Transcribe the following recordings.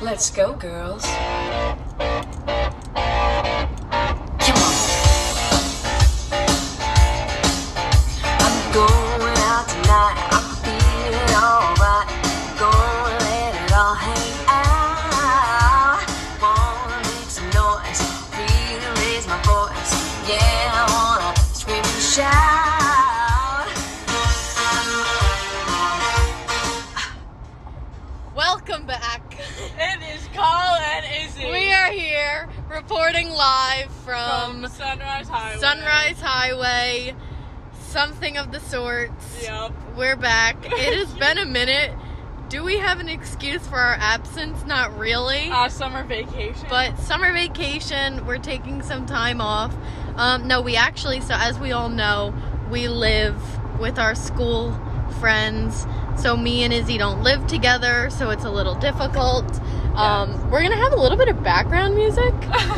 Let's go, girls. Come on. I'm going out tonight. I'm feeling alright. Gonna let it all hang out. Wanna make some noise. Feel to raise my voice. Yeah, I wanna scream and shout. Welcome back. It is Colin and Izzy. We are here reporting live from from Sunrise Highway. Sunrise Highway, something of the sorts. Yep. We're back. It has been a minute. Do we have an excuse for our absence? Not really. Our Uh, summer vacation. But summer vacation, we're taking some time off. Um, no, we actually, so as we all know, we live with our school friends. So me and Izzy don't live together, so it's a little difficult. Yes. Um, we're gonna have a little bit of background music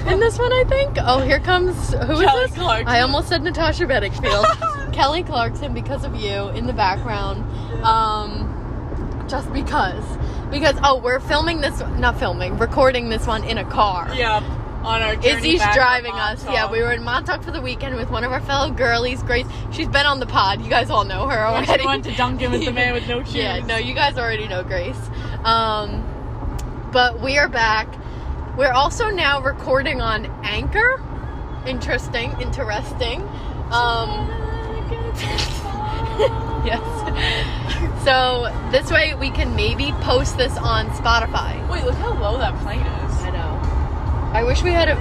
in this one, I think. Oh, here comes who is Kelly this? Clarkson. I almost said Natasha Bedingfield. Kelly Clarkson, because of you, in the background. Um, just because because oh we're filming this not filming recording this one in a car Yep. On our journey izzy's back to driving us Montauk. yeah we were in montauk for the weekend with one of our fellow girlies grace she's been on the pod you guys all know her When already She went to Dunkin' with the man with no shoes. yeah no you guys already know grace um but we are back we're also now recording on anchor interesting interesting um yes so this way we can maybe post this on spotify Wait, look how low that plane I is. know. I wish we had a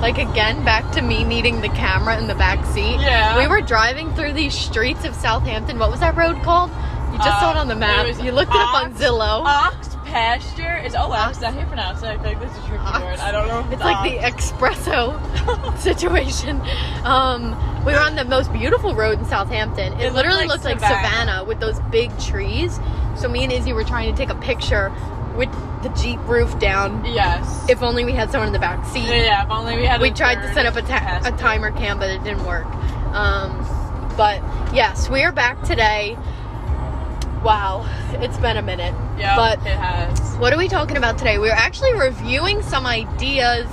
like again back to me needing the camera in the back seat. Yeah. We were driving through these streets of Southampton. What was that road called? You just saw it Uh, on the it map. was You looked it up on Ox- Zillow. Ox pasture is oh wow, Oh. Ox- is that how you pronounce it? I feel like this is a tricky Ox- word. I don't know if it's, it's like the espresso situation. Um, we were on the most beautiful road in Southampton. It, It looked literally like looked like Savannah. Savannah with those big trees. So me and Izzy were trying to take a picture with the Jeep roof down. the Yes. If only we had someone in the back seat. yeah, if only we had we a tried to third set up a, ta- a passenger. timer cam but it didn't work um, but yes we are back today wow it's been a minute Yep, but it has. what are we talking about today we're actually reviewing some ideas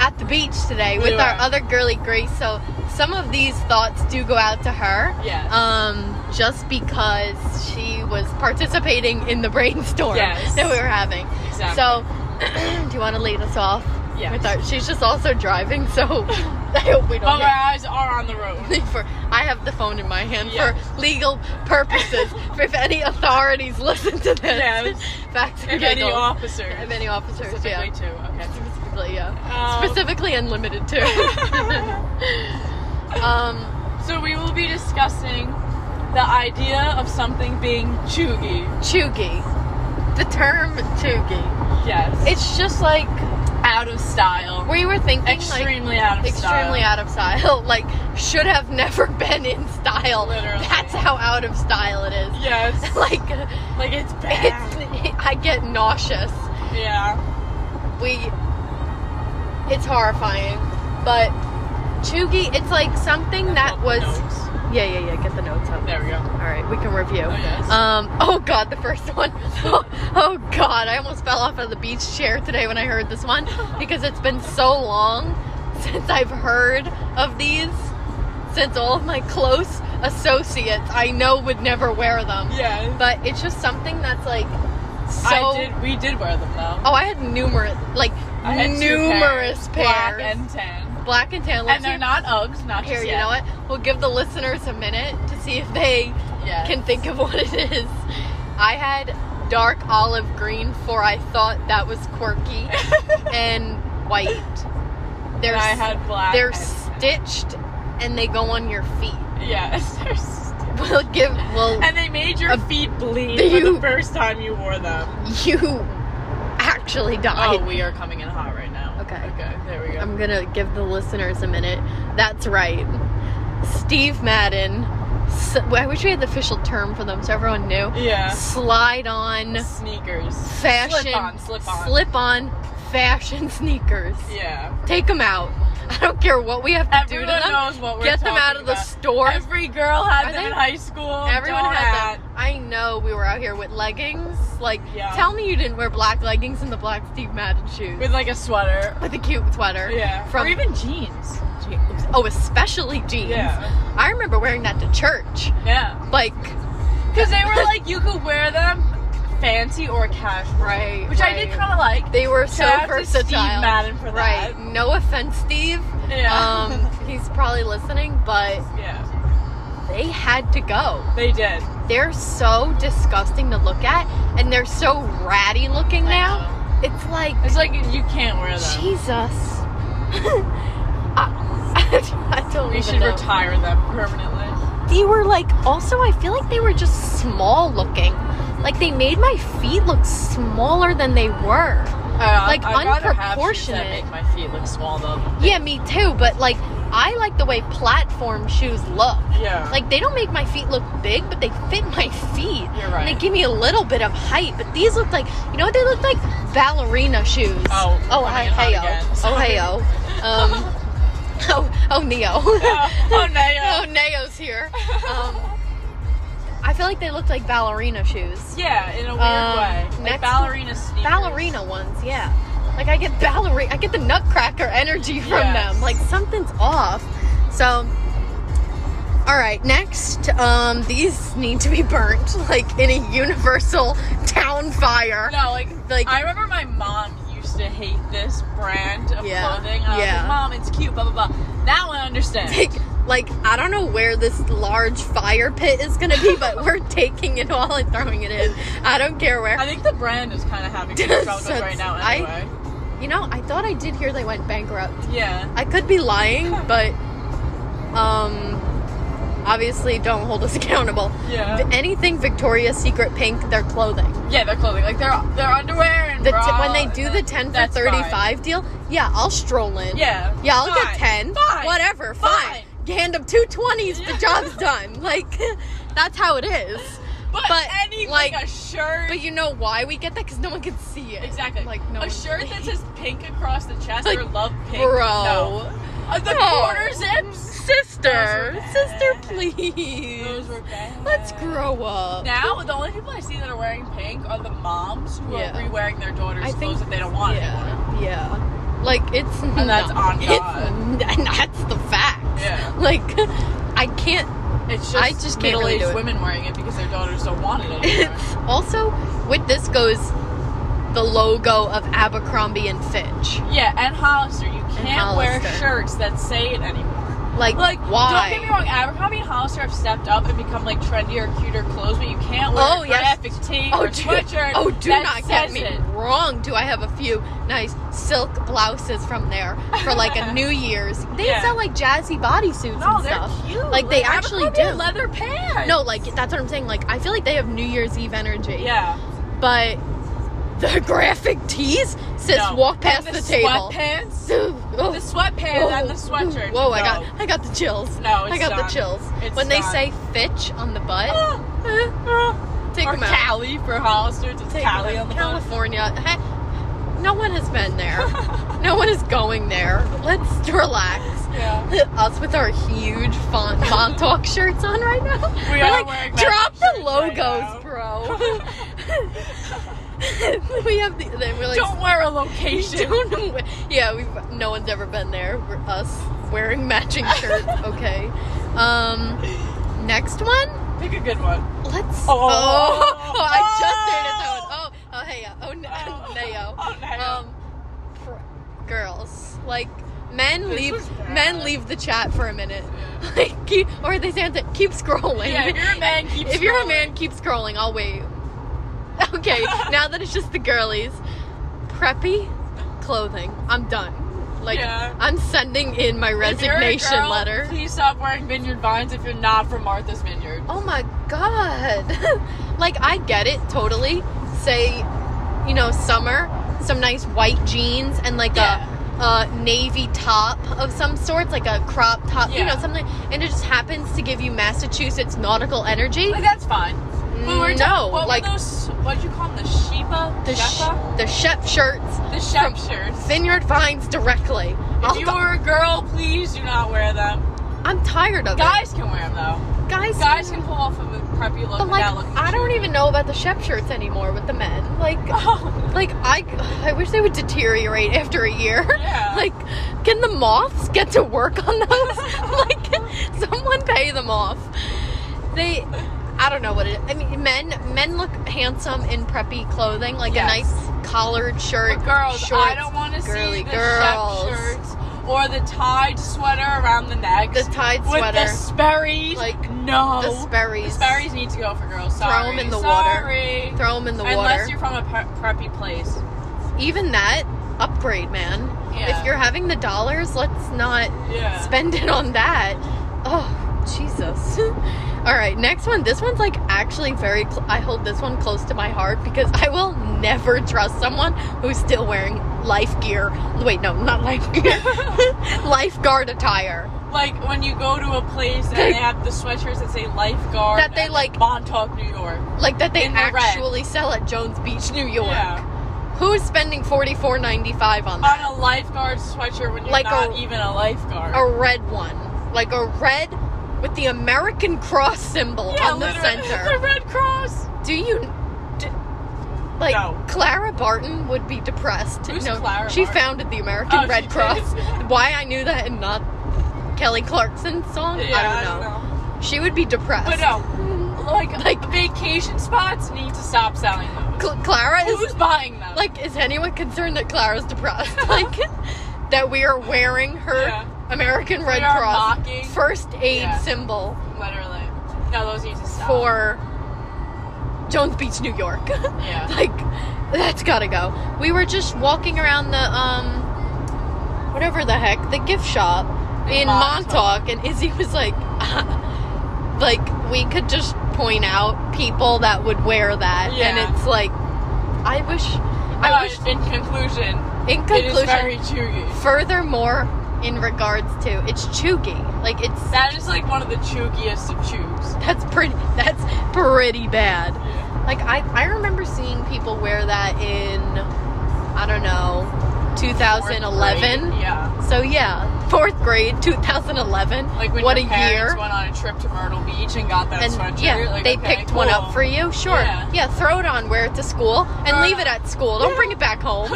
at the beach today We with our were. other girly grace so some of these thoughts do go out to her Yes. um, just because she was participating in the brainstorm Yes. that we were having exactly. so do you want to lead us off Yes. with our- she's just also driving, so I hope we don't. But our Get, eyes are on the road. for I have the phone in my hand Yeah. for legal purposes. if any authorities listen to this, Yes. back to If any giggles. officers. If any officers, Specifically yeah. too. Okay. Specifically, yeah. Um, Specifically unlimited too. um, So we will be discussing the idea of something being chuggy. chuggy. The term chuggy. Yes. It's just like out of style. we were thinking, like extremely out of style. extremely out of style. Like should have never been in style. Literally. That's how out of style it is. Yes. like like it's bad. it's I get nauseous. yeah. We it's horrifying. But Chugi, it's like something that was Notes. Yeah, yeah, yeah, get the notes up. There we go. All right, we can review. Oh, yes. Um oh god, the first one. Oh, god, I almost fell off of the beach chair today when I heard this one because it's been so long since I've heard of these since all of my close associates I know would never wear them. Yes. but it's just something that's like so. I did. We did wear them though. Oh, I had numerous, like I had two numerous pairs, pairs. Black and tan. Black and tan. Let's And they're see- not Uggs. Not Here, just you yet. know what? We'll give the listeners a minute to see if they Yes. can think of what it is. I had dark olive green for I thought that was quirky, and white. They're And I s- had black. they're and tan. stitched, and they go on your feet. Yes. They're st- We'll give. We'll and they made your Uh, feet bleed do for you- the first time you wore them. you actually died. Oh, we are coming in hot right now. Okay. Um, Okay, there we go. I'm gonna give the listeners a minute. That's right. Steve Madden. S I I wish we had the official term for them so everyone knew. yeah. Slide on Sneakers. fashion. Slip on, slip on. slip on fashion sneakers. Take 'em Yeah. Take them out. I don't care what we have to Everyone do to them. knows what we're Get them out talking of the about. store. Every girl had Are them they- in high school. Everyone Don't had act. them. I know we were out here with leggings. Like, Yeah. tell me you didn't wear black leggings and the black Steve Madden shoes with like a sweater. with a cute sweater. Yeah. From or even jeans. jeans. Oh, especially jeans. Yeah. I remember wearing that to church. Yeah. Like, Because they were like you could wear them fancy or casual, right. which I did kind of like. They were so Shout out to versatile. Steve Madden for right. that. No offense, Steve. Yeah. Um, he's probably listening, but yeah. they had to go. They did. They're so disgusting to look at, and they're so ratty looking I now. It's like It's like you can't wear them. Jesus. I, I don't we even should know. retire them permanently. They were like also I feel like they were just small looking. Like they made my feet look smaller than they were. Uh, Like, I'd rather have shoes unproportionate. that make my feet look small though. Yeah, me too, but like I like the way platform shoes look. Yeah. Like they don't make my feet look big, but they fit my feet. You're right. And they give me a little bit of height, but these look like you know what they look like? Ballerina shoes. Oh, oh, hi, I'm coming hey, out again. oh, Sorry. hey, oh. Um, oh, oh, Neo. Yeah. oh oh, no. Neo's here. Um, I feel like they look like ballerina shoes. Yeah, in a weird Um, way. Like next- ballerina sneakers. Ballerina ones, yeah. Like I get ballerina, I get the nutcracker energy from Yes. them. Like something's off. So, all right, next, um, these need to be burnt, like in a universal town fire. No, like, Like- I remember my mom used to hate this brand of Yeah. clothing. And I was Yeah. like, Mom, it's cute, blah blah blah. Now I understand. Like, like I don't know where this large fire pit is gonna be, but we're taking it all and throwing it in. I don't care where. I think the brand is kind of having some struggles Since right now. I- Anyway, You know, I thought I did hear they went bankrupt. yeah, I could be lying, but um obviously don't hold us accountable. Yeah. V- Anything Victoria's Secret pink their clothing. yeah, their clothing, like their their underwear and The t- bra when they and do then- the 10 for that's fine. 35 deal, yeah, I'll stroll in. Yeah, Yeah, I'll fine, get 10. Fine, Whatever, fine. fine. Hand them 220s, Yeah. the job's done. Like that's how it is. But, But, anything, like- like a shirt. But you know why we get that cuz no one can see it. Exactly. Like no a one- shirt that says pink across the chest Like, or love pink. bro. No. Uh, the No. quarter zips. Sister, Those are sister, bad. please. Those were bad. Let's grow up. Now the only people I see that are wearing pink are the moms who Yeah. are re-wearing their daughters' I think- clothes that they don't want yeah, anymore. Yeah. Like it's And that's not- on it's- God. and that's the fact. Yeah. Like I can't It's just, I just can't really middle-aged do it. women wearing it because their daughters don't want it anymore. it's also with this goes the logo of Abercrombie and Fitch. yeah, and Hollister, you can't wear Hollister. shirts that say it anymore. Like, Like, why? don't get me wrong, Abercrombie and Hollister have stepped up and become like trendier, cuter clothes, but you can't wear Oh, a yes. graphic tee Oh, or do, sweatshirt. oh, do that not get says me it. wrong. Do I have a few nice silk blouses from there for like a New Year's? They Yeah. sell like jazzy bodysuits No, and they're stuff. cute. Like, they actually Abercrombie do. and leather pants. No, like that's what I'm saying. Like I feel like they have New Year's Eve energy. yeah. but the graphic tees says No. walk past And the, the table. Sweatpants. Oh, The sweatpants oh, and the sweatshirt. Whoa, I No. got I got the chills. No, it's I got done. the chills. It's when they done. say Fitch on the butt, Ah, ah, ah. Take or them out. Cali for Hollister. It's take Cali them. on the butt. California. Heh, no one has been there. no one is going there. Let's relax. Yeah. Us with our huge font Montauk shirts on right now. We We're are like, wearing matching drop the shirts right logos, now." bro. we have the. Then we're like Don't wear a location. don't know. where- Yeah, we've no one's ever been there. We're us wearing matching shirts. Okay. Um, next one. Pick a good one. Let's. Oh. Oh, I just noticed that one. Oh, oh, hey, uh, oh, Oh. Neo. Oh, Neo. Um, pr- girls, like men This leave was bad. men leave the chat for a minute, like keep, or they say something, keep scrolling. Yeah, Um, if you're a man, keep If you're a scrolling. man, keep scrolling. I'll wait. Okay, now that it's just the girlies, preppy clothing. I'm done. Like Yeah. I'm sending in my If you're a resignation girl, letter. Please stop wearing Vineyard Vines if you're not from Martha's Vineyard. Oh my god. like I get it totally. Say, you know, summer, some nice white jeans and like Yeah. a, a navy top of some sort, like a crop top, you Yeah. know, something and it just happens to give you Massachusetts nautical energy. Like that's fine. But we're Mm, talking- no, what like were those? What would you call them? The Sheba? the sh- Shepa? the chef shirts, the chef shirts. vineyard vines directly. I'll If you go- were a girl, please do not wear them. I'm tired of Guys can wear them though. it. Guys, Guys can pull off of a preppy look But like, without looking. I don't cheap. even know about the chef shirts anymore with the men. Like, Oh, like I, I wish they would deteriorate after a year. Yeah. like, can the moths get to work on those? like, can someone pay them off? They, I don't know what it. I mean, men, men look handsome in preppy clothing, like Yes. a nice collared shirt. but girls, shorts, I don't want to see girly the girls. chef shirts or the tied sweater around the neck. The tied with sweater. the Sperry's. Like, no. the Sperry's. Sperry's need to go for girls. Throw 'em Sorry. in the water. Sorry. Throw them in the Unless water. you're from a pre- preppy place. Even that upgrade, man. Yeah. If you're having the dollars, let's not Yeah. spend it on that. Oh, Jesus. All right, next one. This one's like actually very. Cl- I hold this one close to my heart because I will never trust someone who's still wearing life gear. Wait, no, not life gear. Lifeguard attire. Like when you go to a place and they have the sweatshirts that say lifeguard That they, at like- Montauk, New York. Like that they In the red. actually sell at Jones Beach, New York. Yeah. Oh, Who's spending forty four ninety five on that? On a lifeguard sweatshirt when you're Like not a- even a lifeguard. a red one, like a red with the American cross symbol yeah, on the literally. The center. Red Cross. Do you? d like No. Clara Barton would be depressed. Who's no, Clara she Barton? founded the American Oh, she Red did? Cross. Why I knew that and not Kelly Clarkson's song, Yeah, I, don't know. She would be depressed. But no, like, Like- vacation spots need to stop selling those. Cl- Clara is Who's buying them? like, is anyone concerned that Clara's depressed? like that we are wearing her Yeah. American Red are Cross mocking- first aid Yeah. symbol. literally. No, those need to stop. for Jones Beach, New York. yeah. like that's gotta go. We were just walking around the um whatever the heck, the gift shop In in Montauk. Montauk, and Izzy was like like we could just point out people that would wear that Yeah. and it's like I wish I But wish in conclusion, in it is very conclusion chewy. furthermore in regards to it's chuggy. Like it's That is like one of the choogiest of choogs. that's pretty that's pretty bad. Yeah. Like I, I remember seeing people wear that in I don't know 2011. Fourth grade, Yeah. So yeah, fourth grade 2011. Like when what your a parents year. went on a trip to Myrtle Beach and got that and sweatshirt. yeah, like, they okay, picked one cool. up for you. Sure. Yeah. Uh, Yeah. throw it on, wear it to school, and Throw it leave it on. at school. Don't Yeah. bring it back home.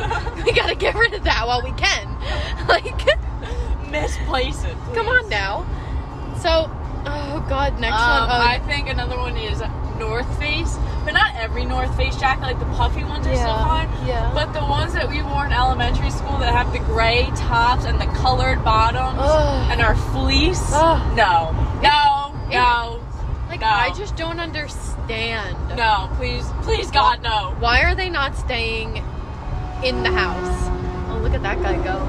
we gotta get rid of that while we can. Like, Misplace it. come please. on now. So, oh god, next Um, one. Oh, I think another one is North Face, but not every North Face jacket. Like the puffy ones are still Yeah, fine. yeah. But the ones that we wore in elementary school that have the gray tops and the colored bottoms Ugh. and are fleece. Ugh. No, no, It- no, like no. I just don't understand. no. Please, please, God, no. Why are they not staying in the house? Oh, look at that guy go.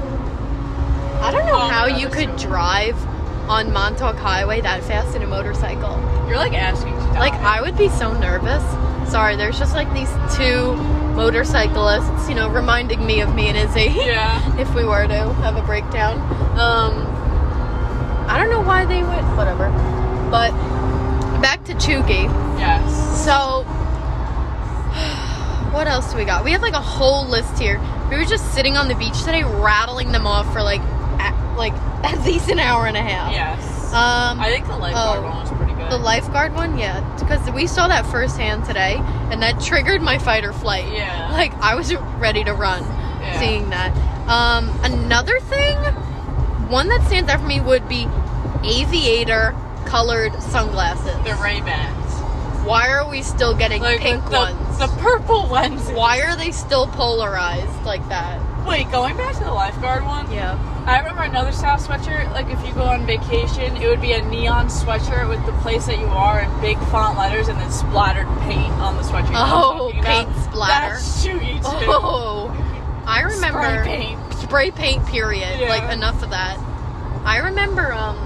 I don't know Oh my how God, you that's could so- drive on Montauk Highway that fast in a motorcycle. You're like asking to die. Like, I would be so nervous. Sorry, there's just like these two motorcyclists, you know, reminding me of me and Izzy. Yeah. if we were to have a breakdown. Um, I don't know why they would, whatever. But back to Chugi. Yes. So, what else do we got? We have like a whole list here. We were just sitting on the beach today, rattling them off for like, at, like at least an hour and a half. Yes. Um, I think the lifeguard oh, one was pretty good. the lifeguard one, yeah, because we saw that firsthand today, and that triggered my fight or flight. Yeah. Like I was ready to run, Yeah. seeing that. Um, another thing, one that stands out for me would be aviator colored sunglasses. the Ray Bans. Why are we still getting Like pink the, ones? The purple lenses. Why are they still polarized like that? Wait, going back to the lifeguard one. Yeah. I remember another style sweatshirt. Like if you go on vacation, it would be a neon sweatshirt with the place that you are in big font letters and then splattered paint on the sweatshirt. You know what I'm Oh, talking about? paint splatter. That's shooty too. Oh, I remember Spray paint. spray paint period. Yeah. Like enough of that. I remember um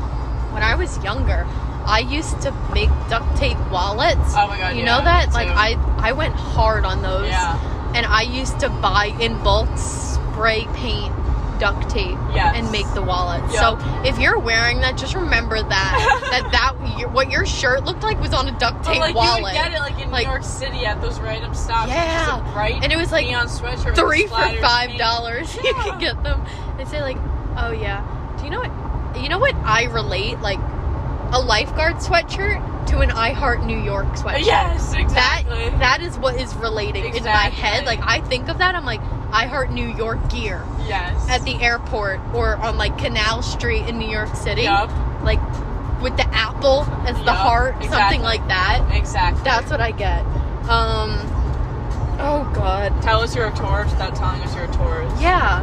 when I was younger, I used to make duct tape wallets. Oh my God, You yeah, know that? me Like too. I I went hard on those. Yeah. And I used to buy in bulk spray paint duct tape Yes. and make the wallet. Yep. So if you're wearing that, just remember that that that your- what your shirt looked like was on a duct But tape like wallet. you would get it like in Like- New York City at those random stops. Yeah. It's just a bright And it was, like, neon sweatshirt. with three for splattered five paint. dollars. You Yeah. can get them. They say like, Oh yeah. Do you know what? You know what I relate like a lifeguard sweatshirt to an I Heart New York sweatshirt. Yes, That exactly. that is what is relating in my head. Exactly. Like I think of that, I'm like I Heart New York gear yes. at the airport or on like Canal Street in New York City, Yup, like with the apple as the Yup, heart, exactly. something like that. exactly. That's what I get. Um. Oh God. Tell us you're a tourist without telling us you're a tourist. Yeah.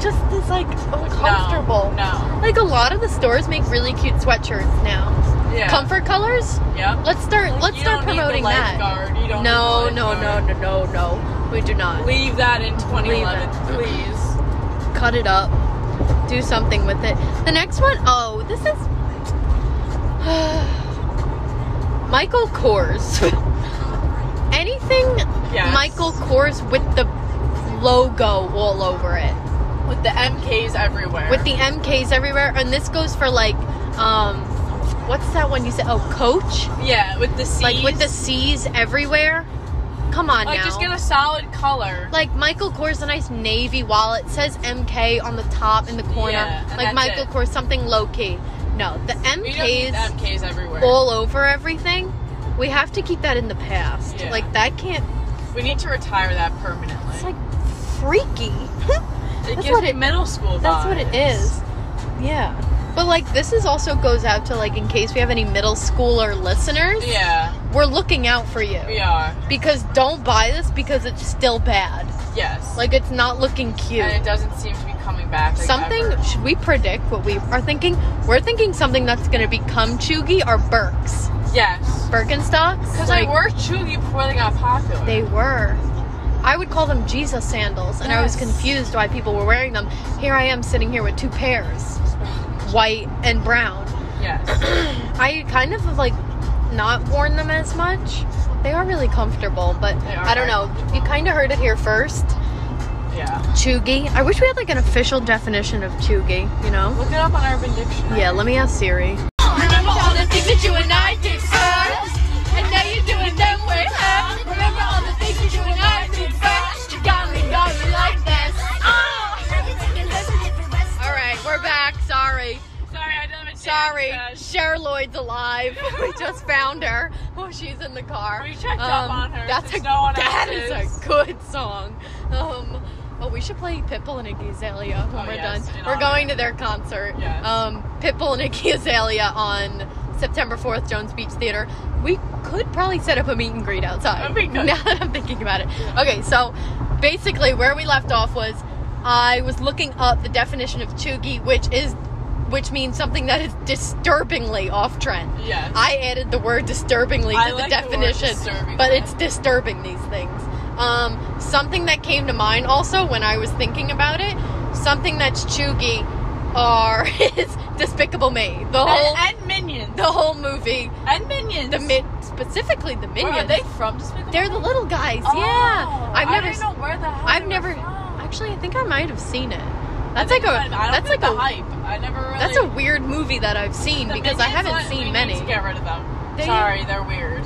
Just this like uncomfortable. No. Like a lot of the stores make really cute sweatshirts now. no. Yeah. Comfort colors. Yep. Let's start. let's you start don't need the promoting that. lifeguard. You don't No, need the no, no, no, no, lifeguard. no. We do not. Leave that in 2011, Leave please. Cut it up. Do something with it. The next one, oh, this is Michael Kors. Anything Yes. Michael Kors with the logo all over it. with the MKs everywhere. with the MKs everywhere, and this goes for like, um, what's that one you said? Oh, Coach, yeah, with the C's. like with the C's everywhere. Come on like now, just get a solid color. like Michael Kors, a nice navy wallet says MK on the top in the corner, Yeah, and like that's Michael it. Kors, something low key. No, the we don't need MKs the MKs everywhere. all over everything. We have to keep that in the past. Yeah. Like that can't. we need to retire that permanently. It's like freaky. it that's gives what me it- middle school. That's what vibes. it is. Yeah. But like this is also goes out to like in case we have any middle schooler listeners, Yeah, we're looking out for you. we are. Because don't buy this because it's still bad. Yes. Like it's not looking cute. and it doesn't seem to be coming back. Like, something ever. should we predict what we are thinking? We're thinking something that's gonna become Chugi or Burks. Yes. Birkenstocks? Because like, I were Chugi before they got popular. They were. I would call them Jesus sandals, and I was Yes. confused why people were wearing them. Here I am sitting here with two pairs, white and brown. yes. I kind of have like not worn them as much. They are really comfortable, but They are I don't very know. You kind of heard it here first. Yeah. Chugi. I wish we had like an official definition of chugi. You know? Look it up on Urban Dictionary. Yeah. Let me ask Siri. Remember all the things that you and I did first, and now you're doing them with her. Remember all the things that you and I did first. You got me, got me like this. Oh. All right, we're back. Sorry. Sorry, I don't have a chance. Sorry, guys. Cher Lloyd's alive. We just found her. Oh, she's in the car. Um, We checked up on her That's a since no one that else is is. a good song. Um, oh, we should play Pitbull and Iggy Azalea when Oh, we're yes, done. in We're honor. going to their concert. Yes. Um, Pitbull and Iggy Azalea on September fourth, Jones Beach Theater. We could probably set up a meet and greet outside. That'd be good. Now that I'm thinking about it. Okay, so basically where we left off was I was looking up the definition of chuggy, which is which means something that is disturbingly off trend. Yes. I added the word disturbingly to I the like the word definition, disturbingly. but it's disturbing these things. Um, something that came to mind also when I was thinking about it, something that's chuggy are is Despicable Me. The whole and, and Minions. the whole movie, And Minions. Oh. the mid specifically the Where minions. are they from? Despicable They're Me? the little guys. Oh, yeah, I've I never. didn't know where the hell I've they were never. from. Actually, I think I might have seen it. That's I like think a. I- I don't That's get like the a. hype. I never really. That's a weird movie that I've seen the because I Minions, haven't I- we seen need many. to get rid of them. They- Sorry, they're weird.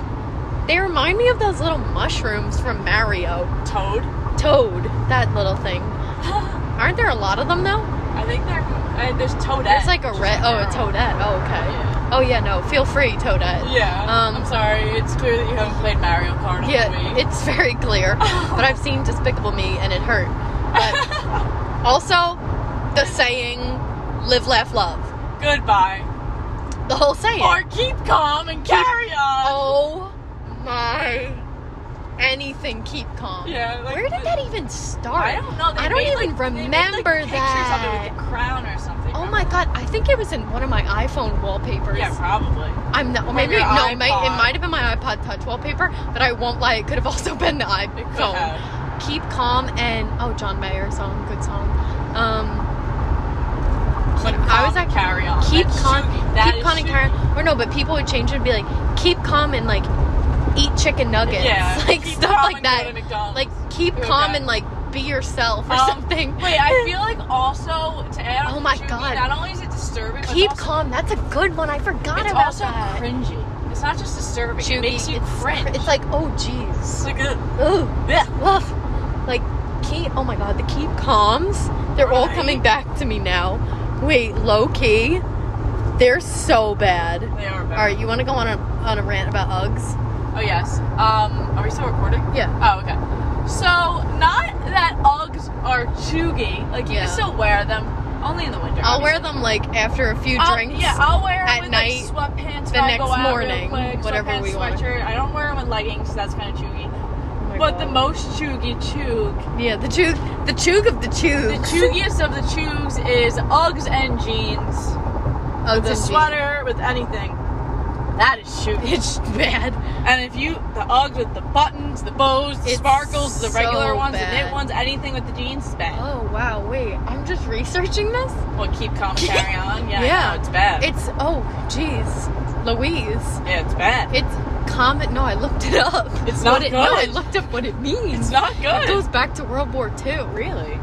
They remind me of those little mushrooms from Mario. Toad. Toad, that little thing. I Aren't there a lot of them though? think they're. I, there's Toadette. There's like a She's red. Oh, a girl. Toadette. Oh, okay. Yeah. Oh yeah, no. Feel free, Toadette. Yeah. Um, I'm sorry. It's clear that you haven't played Mario Kart all Yeah, week. it's very clear. but I've seen Despicable Me and it hurt. But also, the saying "Live, laugh, love." Goodbye. The whole saying. Or keep calm and carry on. oh my! Anything, keep calm. Yeah, like Where did the- that even start? I don't know. They I don't made, even like, they made, like, remember pictures that. Of it with the crown or something. Oh my remember? god! I think it was in one of my iPhone wallpapers. Yeah, probably. I'm not. Or maybe your no. It might, it iPod. might have been my iPod Touch wallpaper, but I won't lie. It could have also been the It could iPhone. have. Keep calm and oh, John Mayer song, good song. Um, Keep calm I was and like, carry on. keep That's calm, shooting. That keep is calm and shooting. carry. Or no, but people would change it and be like, keep calm and like eat chicken nuggets, Yeah, like keep stuff calm like and go to that. McDonald's. Like keep Okay. calm and like be yourself or Um, something. Wait, I feel like also to add on Oh to my Judy, God. Not only is it disturbing, but keep it's also, calm. That's a good one. I forgot It's about also that. cringy. It's not just disturbing. Judy, it makes you it's, cringe. It's like oh jeez. It's like a, Ooh. bleh. Woof. Like keep. Oh my god, the keep calms. They're all coming back to me now. Wait, low key, they're so bad. They are better. All right, you want to go on a on a rant about Uggs? Oh yes. Um, are we still recording? Yeah. Oh okay. So not that Uggs are chuggy. Like you Yeah. can still wear them, only in the winter. I'll wear obviously. them like after a few I'll- drinks. Um, yeah, I'll wear 'em at with, night, like, sweatpants. the if I go next out real morning, quick, whatever sweatpants, we want. Sweatshirt. I don't wear them with leggings. That's kind of chuggy. Oh my But God. the most chuggy chug, yeah, the chug, the chug of the the chug, chuggiest of the chugs is Uggs and jeans. Uggs With a and sweater, with anything. That is jeans. chuggy. It's bad. And if you the Uggs with the buttons, the bows, the It's sparkles, the so regular ones, the bad. knit ones, anything with the jeans is bad. Oh wow, wait, I'm just researching this. Well, keep commentary on. Yeah, Yeah. I know, it's bad. It's oh jeez, Louise. yeah, it's bad. It's common. No, I looked it up. It's not what it, No, I good. looked up what it means. it's not good. It goes back to World War II. really?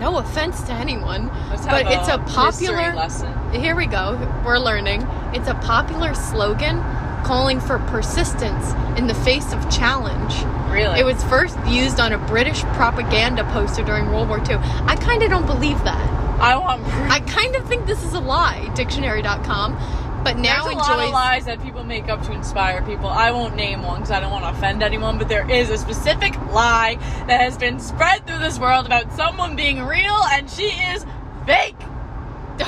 No offense to anyone. Let's But have it's a history popular- lesson. Here we go. We're learning. It's a popular slogan calling for persistence in the face of challenge. Really? It was first used on a British propaganda poster during World War II. I kind of don't believe that. I want. I kind of think this is a lie, dictionary.com. But now There's a enjoys lot of lies that people make up to inspire people. I won't name one because I don't want to offend anyone, but there is a specific lie that has been spread through this world about someone being real and she is fake.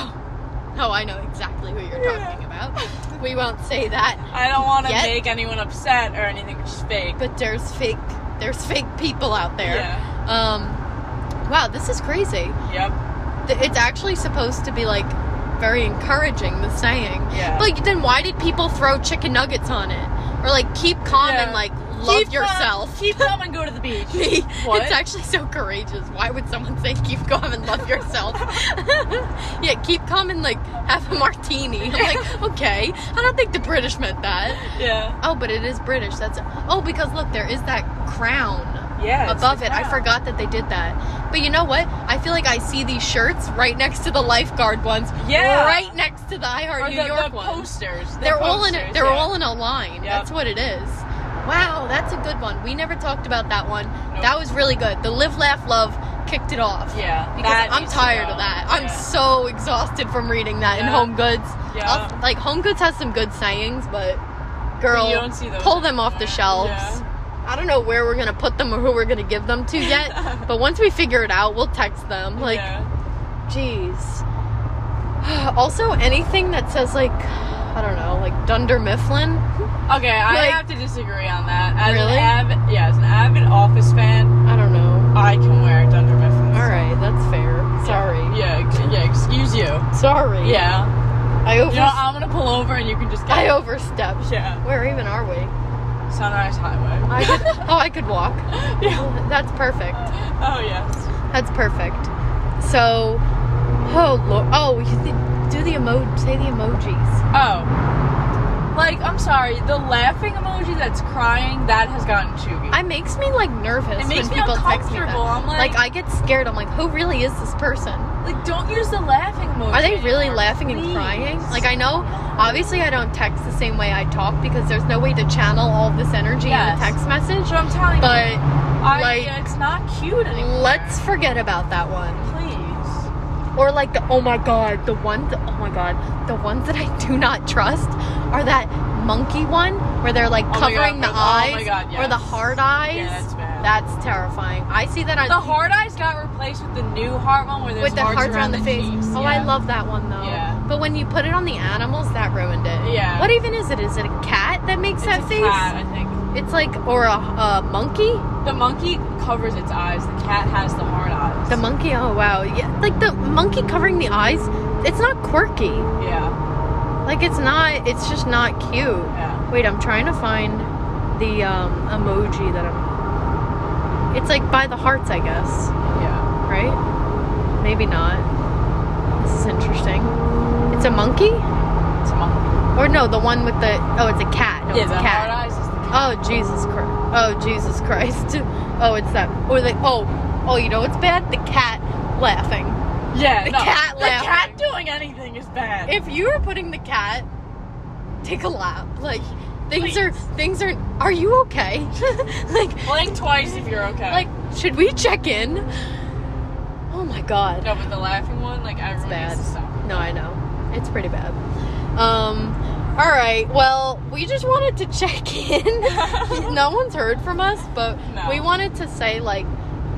Oh, oh, I know exactly who you're Yeah. talking about. We won't say that. I don't want to Yet- make anyone upset or anything, but she's fake. But there's fake there's fake people out there. Yeah. Um wow, this is crazy. Yep. Th- It's actually supposed to be like very encouraging the saying. Yeah. But like, then why did people throw chicken nuggets on it? Or like keep calm Yeah. and like love Keep yourself. Calm, keep calm and go to the beach. What? It's actually so courageous. Why would someone say keep calm and love yourself? yeah, keep calm and like have a martini. I'm like, okay. I don't think the British meant that. yeah. Oh, but it is British. That's oh because look, there is that crown Yeah. it's above the it. I crowd. forgot that they did that. But you know what? I feel like I see these shirts right next to the lifeguard ones. Yeah. Right next to the I Heart Or New the, York the ones. posters. the They're all in a posters, they're yeah. all in a line. That's what it is. Wow, that's a good one. We never talked about that one. Nope. That was really good. The live laugh love kicked it off. Yeah. Because that I'm needs to tired go. of that. I'm Yeah. so exhausted from reading that in Yeah. Home Goods. Yeah. I'll- like Home Goods has some good sayings, but girl, You don't see those pull them off the shelves. Yeah. I don't know where we're gonna put them or who we're gonna give them to yet, but once we figure it out, we'll text them. Like, Yeah. jeez. Also, anything that says like, I don't know, like Dunder Mifflin. Okay, I like- have to disagree on that. As Really? an avid, yeah, as an avid Office fan, I don't know. I can wear Dunder Mifflin. All right, that's fair. Sorry. Yeah, ex- yeah. Excuse you. Sorry. Yeah. I over. You know, what, I'm gonna pull over and you can just get. I overstepped. Yeah. Where even are we? Sunrise Highway. I could, oh, I could walk. yeah. That's perfect. Oh yes. That's perfect. So, oh lord. Oh, we should do the emo. Say the emojis. Oh. Like, I'm sorry, the laughing emoji that's crying, that has gotten chuggy. It makes me like nervous It makes when me people text me. that. uncomfortable. I'm like- I get scared. I'm like, who really is this person? like, don't use the laughing emoji. Are they really anymore, laughing and please. crying? Like, I know. Obviously, I don't text the same way I talk because there's no way to channel all this energy Yes. in a text So message. I'm telling you, But I, like, yeah, it's not cute anymore. let's forget about that one. please. Or like the oh my god, the ones oh my god, the ones that I do not trust are that monkey one where they're like my God, covering oh the my eyes God, or the yes. hard eyes. Yeah, that's bad. That's terrifying. I see that on The hard eyes got replaced with the new heart one where there's with the hearts, hearts around around the, face. cheeks. Oh, yeah. I love that one though. Yeah. But when you put it on the animals, that ruined it. Yeah. What even is it? Is it a cat that makes it's that a face? Cat, I think It's like or a, a monkey. the monkey covers its eyes. The cat has the hard eyes. The monkey. Oh wow. Yeah. Like the monkey covering the eyes. It's not quirky. yeah, Like it's not. It's just not cute. yeah. Wait, I'm trying to find the um, emoji that I'm. It's like by the hearts, I guess, Yeah. right? Maybe not. This is interesting. It's a monkey, It's a monkey. or no, the one with the oh, it's a cat. No, yeah, it's the a hard cat. eyes is the Oh Jesus Christ! Oh Jesus Christ! Oh, it's that. Or the oh oh, you know what's bad? The cat laughing. Yeah, The no. cat The cat laughing. doing anything is bad. If you were putting the cat, take a lap. Like things are things are. Are you okay? like Blink twice if you're okay. Like, should we check in? Oh my god. no, but the laughing one, like everyone bad. needs to stop. No, I know. It's pretty bad. Um, all right. Well, we just wanted to check in. no one's heard from us, but No. we wanted to say like,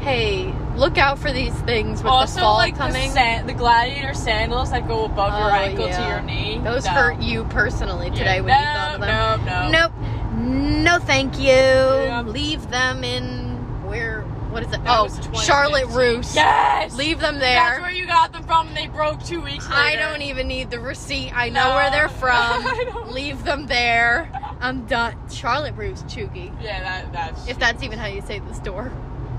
hey, look out for these things with also, the fall like coming. The, san- the gladiator sandals that go above Oh, your ankle yeah. to your knee. Those No. hurt you personally today Yeah. when you no, thought of them. No, no, Nope. No, thank you. Yeah. Leave them in where? What is it? That oh, was 2015. Charlotte Roos. Yes. Leave them That's there. where you got them from. and They broke two weeks later. I don't even need the receipt. I know No. where they're I from. don't- Leave them there. I'm done. Charlotte Roos Choogie. Yeah, that that's If that's even how you say the store.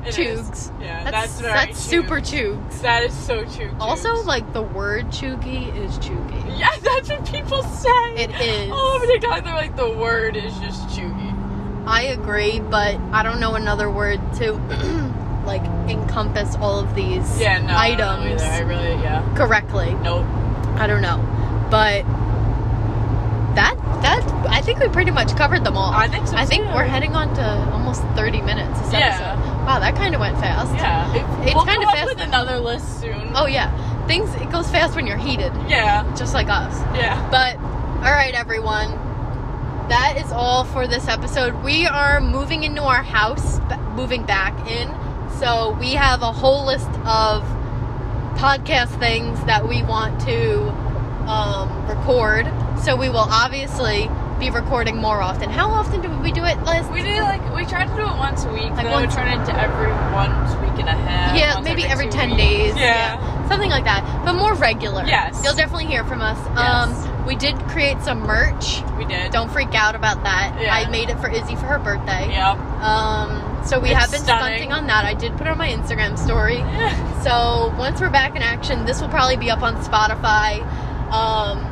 it is. Chugs. Yeah, That's that's, that's, very Chugs. super Choogs. That is so true. Also, like the word Choogie is Choogie. Yeah, that's what people say. Oh, It is. All over TikTok, they're like, the word is just chuggy. I agree, but I don't know another word to like encompass all of these Yeah, no. I don't know items either. I really, yeah. correctly. Nope. I don't know, but that that I think we pretty much covered them all. I think so. I think too. we're heading on to almost 30 minutes this Yeah. episode. Wow, that kind of went fast. Yeah. It, It's we'll kinda come up fast. with another list soon. Oh yeah, things it goes fast when you're heated, Yeah. just like us. Yeah. But all right, everyone, that is all for this episode. We are moving into our house, b- moving back in, so we have a whole list of podcast things that we want to um, record. So we will obviously be recording more often. How often do we do it, Liz? We did like we tried to do it once a week, Like then once- we turned it into every once week and a half. Yeah, once maybe every two 10 weeks. days. Yeah. something like that, but more regular. Yes. you'll definitely hear from us. Yes. Um, we did create some merch. We did. Don't freak out about that. Yeah. I made it for Izzy for her birthday. Yep. Um, so we It's have been stunning. stunting on that. I did put on my Instagram story. So once we're back in action, this will probably be up on Spotify. Um,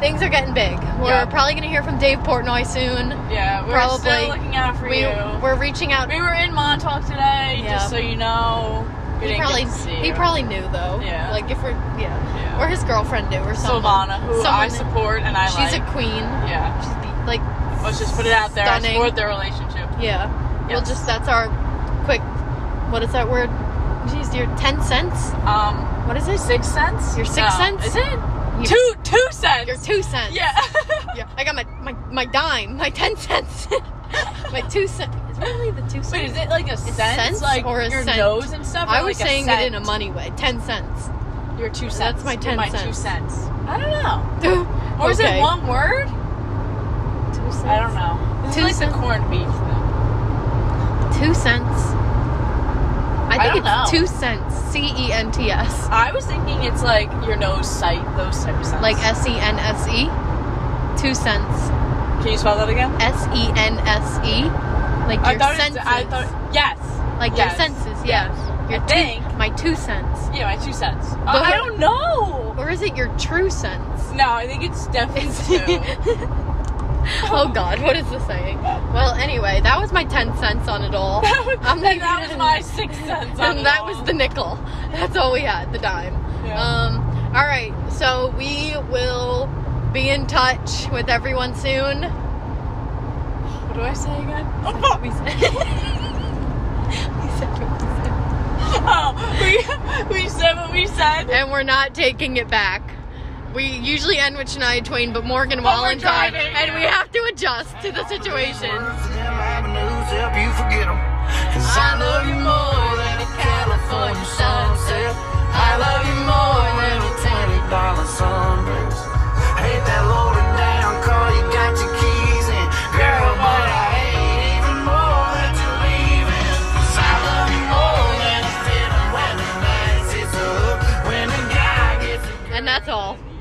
things are getting big. We're Yeah. probably going to hear from Dave Portnoy soon. Yeah. We're Probably. still looking out for we, you. We're reaching out. we were in Montauk today, Yeah. just so you know. We he didn't probably get to see he you. probably knew though. Yeah. Like if we're yeah, Yeah. or his girlfriend knew or something. Silvana, who I Someone- support and I She's like. a queen. yeah. She's be- like Let's just put it out there. Stunning. I support their relationship. Yeah. We'll Yes. just that's our quick what is that word? Jeez, your ten cents? Um, What is it? six cents. Your six No. cents? Is it Your- two two cents? Your two cents. Yeah. Yeah. I got my my, my dime, my ten cents. my two cents. It's really the two cents. Wait, is it like a cent? cents like or a your cent? nose and stuff? I or was like saying a cent? it in a money way. Ten cents. Your two cents. That's my You're ten my two cents. cents. I don't know. two Or is Okay. it one word? cents. I don't know. This Two is like cents. the corned beef thing. Two cents. I I think don't it's know. two cents. C E N T S. I was thinking it's like your nose sight, those type of cents. Like S E N S E. Two cents. Can you spell that again? S E N S E. Like I your thought senses. It's, I thought yes. like yes. your senses, yeah. Your I two, think. my two cents. Yeah, my two cents. Uh, But- I don't know. Or is it your true sense? No, I think it's definitely two. oh god, what is this saying? Well, anyway, that was my 10 cents on it all. That was, I'm like- and that was my six cents. on it and that all. was the nickel. That's all we had, the dime. Yeah. Um, all right, so we will be in touch with everyone soon. what do I say again? Oh, fuck. We said- we said what we said. Oh, we, we said what we said. and we're not taking it back. We usually end with Shania Twain, but Morgan But we're Wallen died, driving. and we have to adjust to the situation. Avenues help you forget 'em. 'Cause I love you more than a California sunset. I love you more than a twenty dollar sunburst. Hate that loaded down car, you got your keys in. Girl, but I hate even more that you're leaving. 'Cause I love you more than a feeling when the nights hits a hook. When the guy gets a And that's all.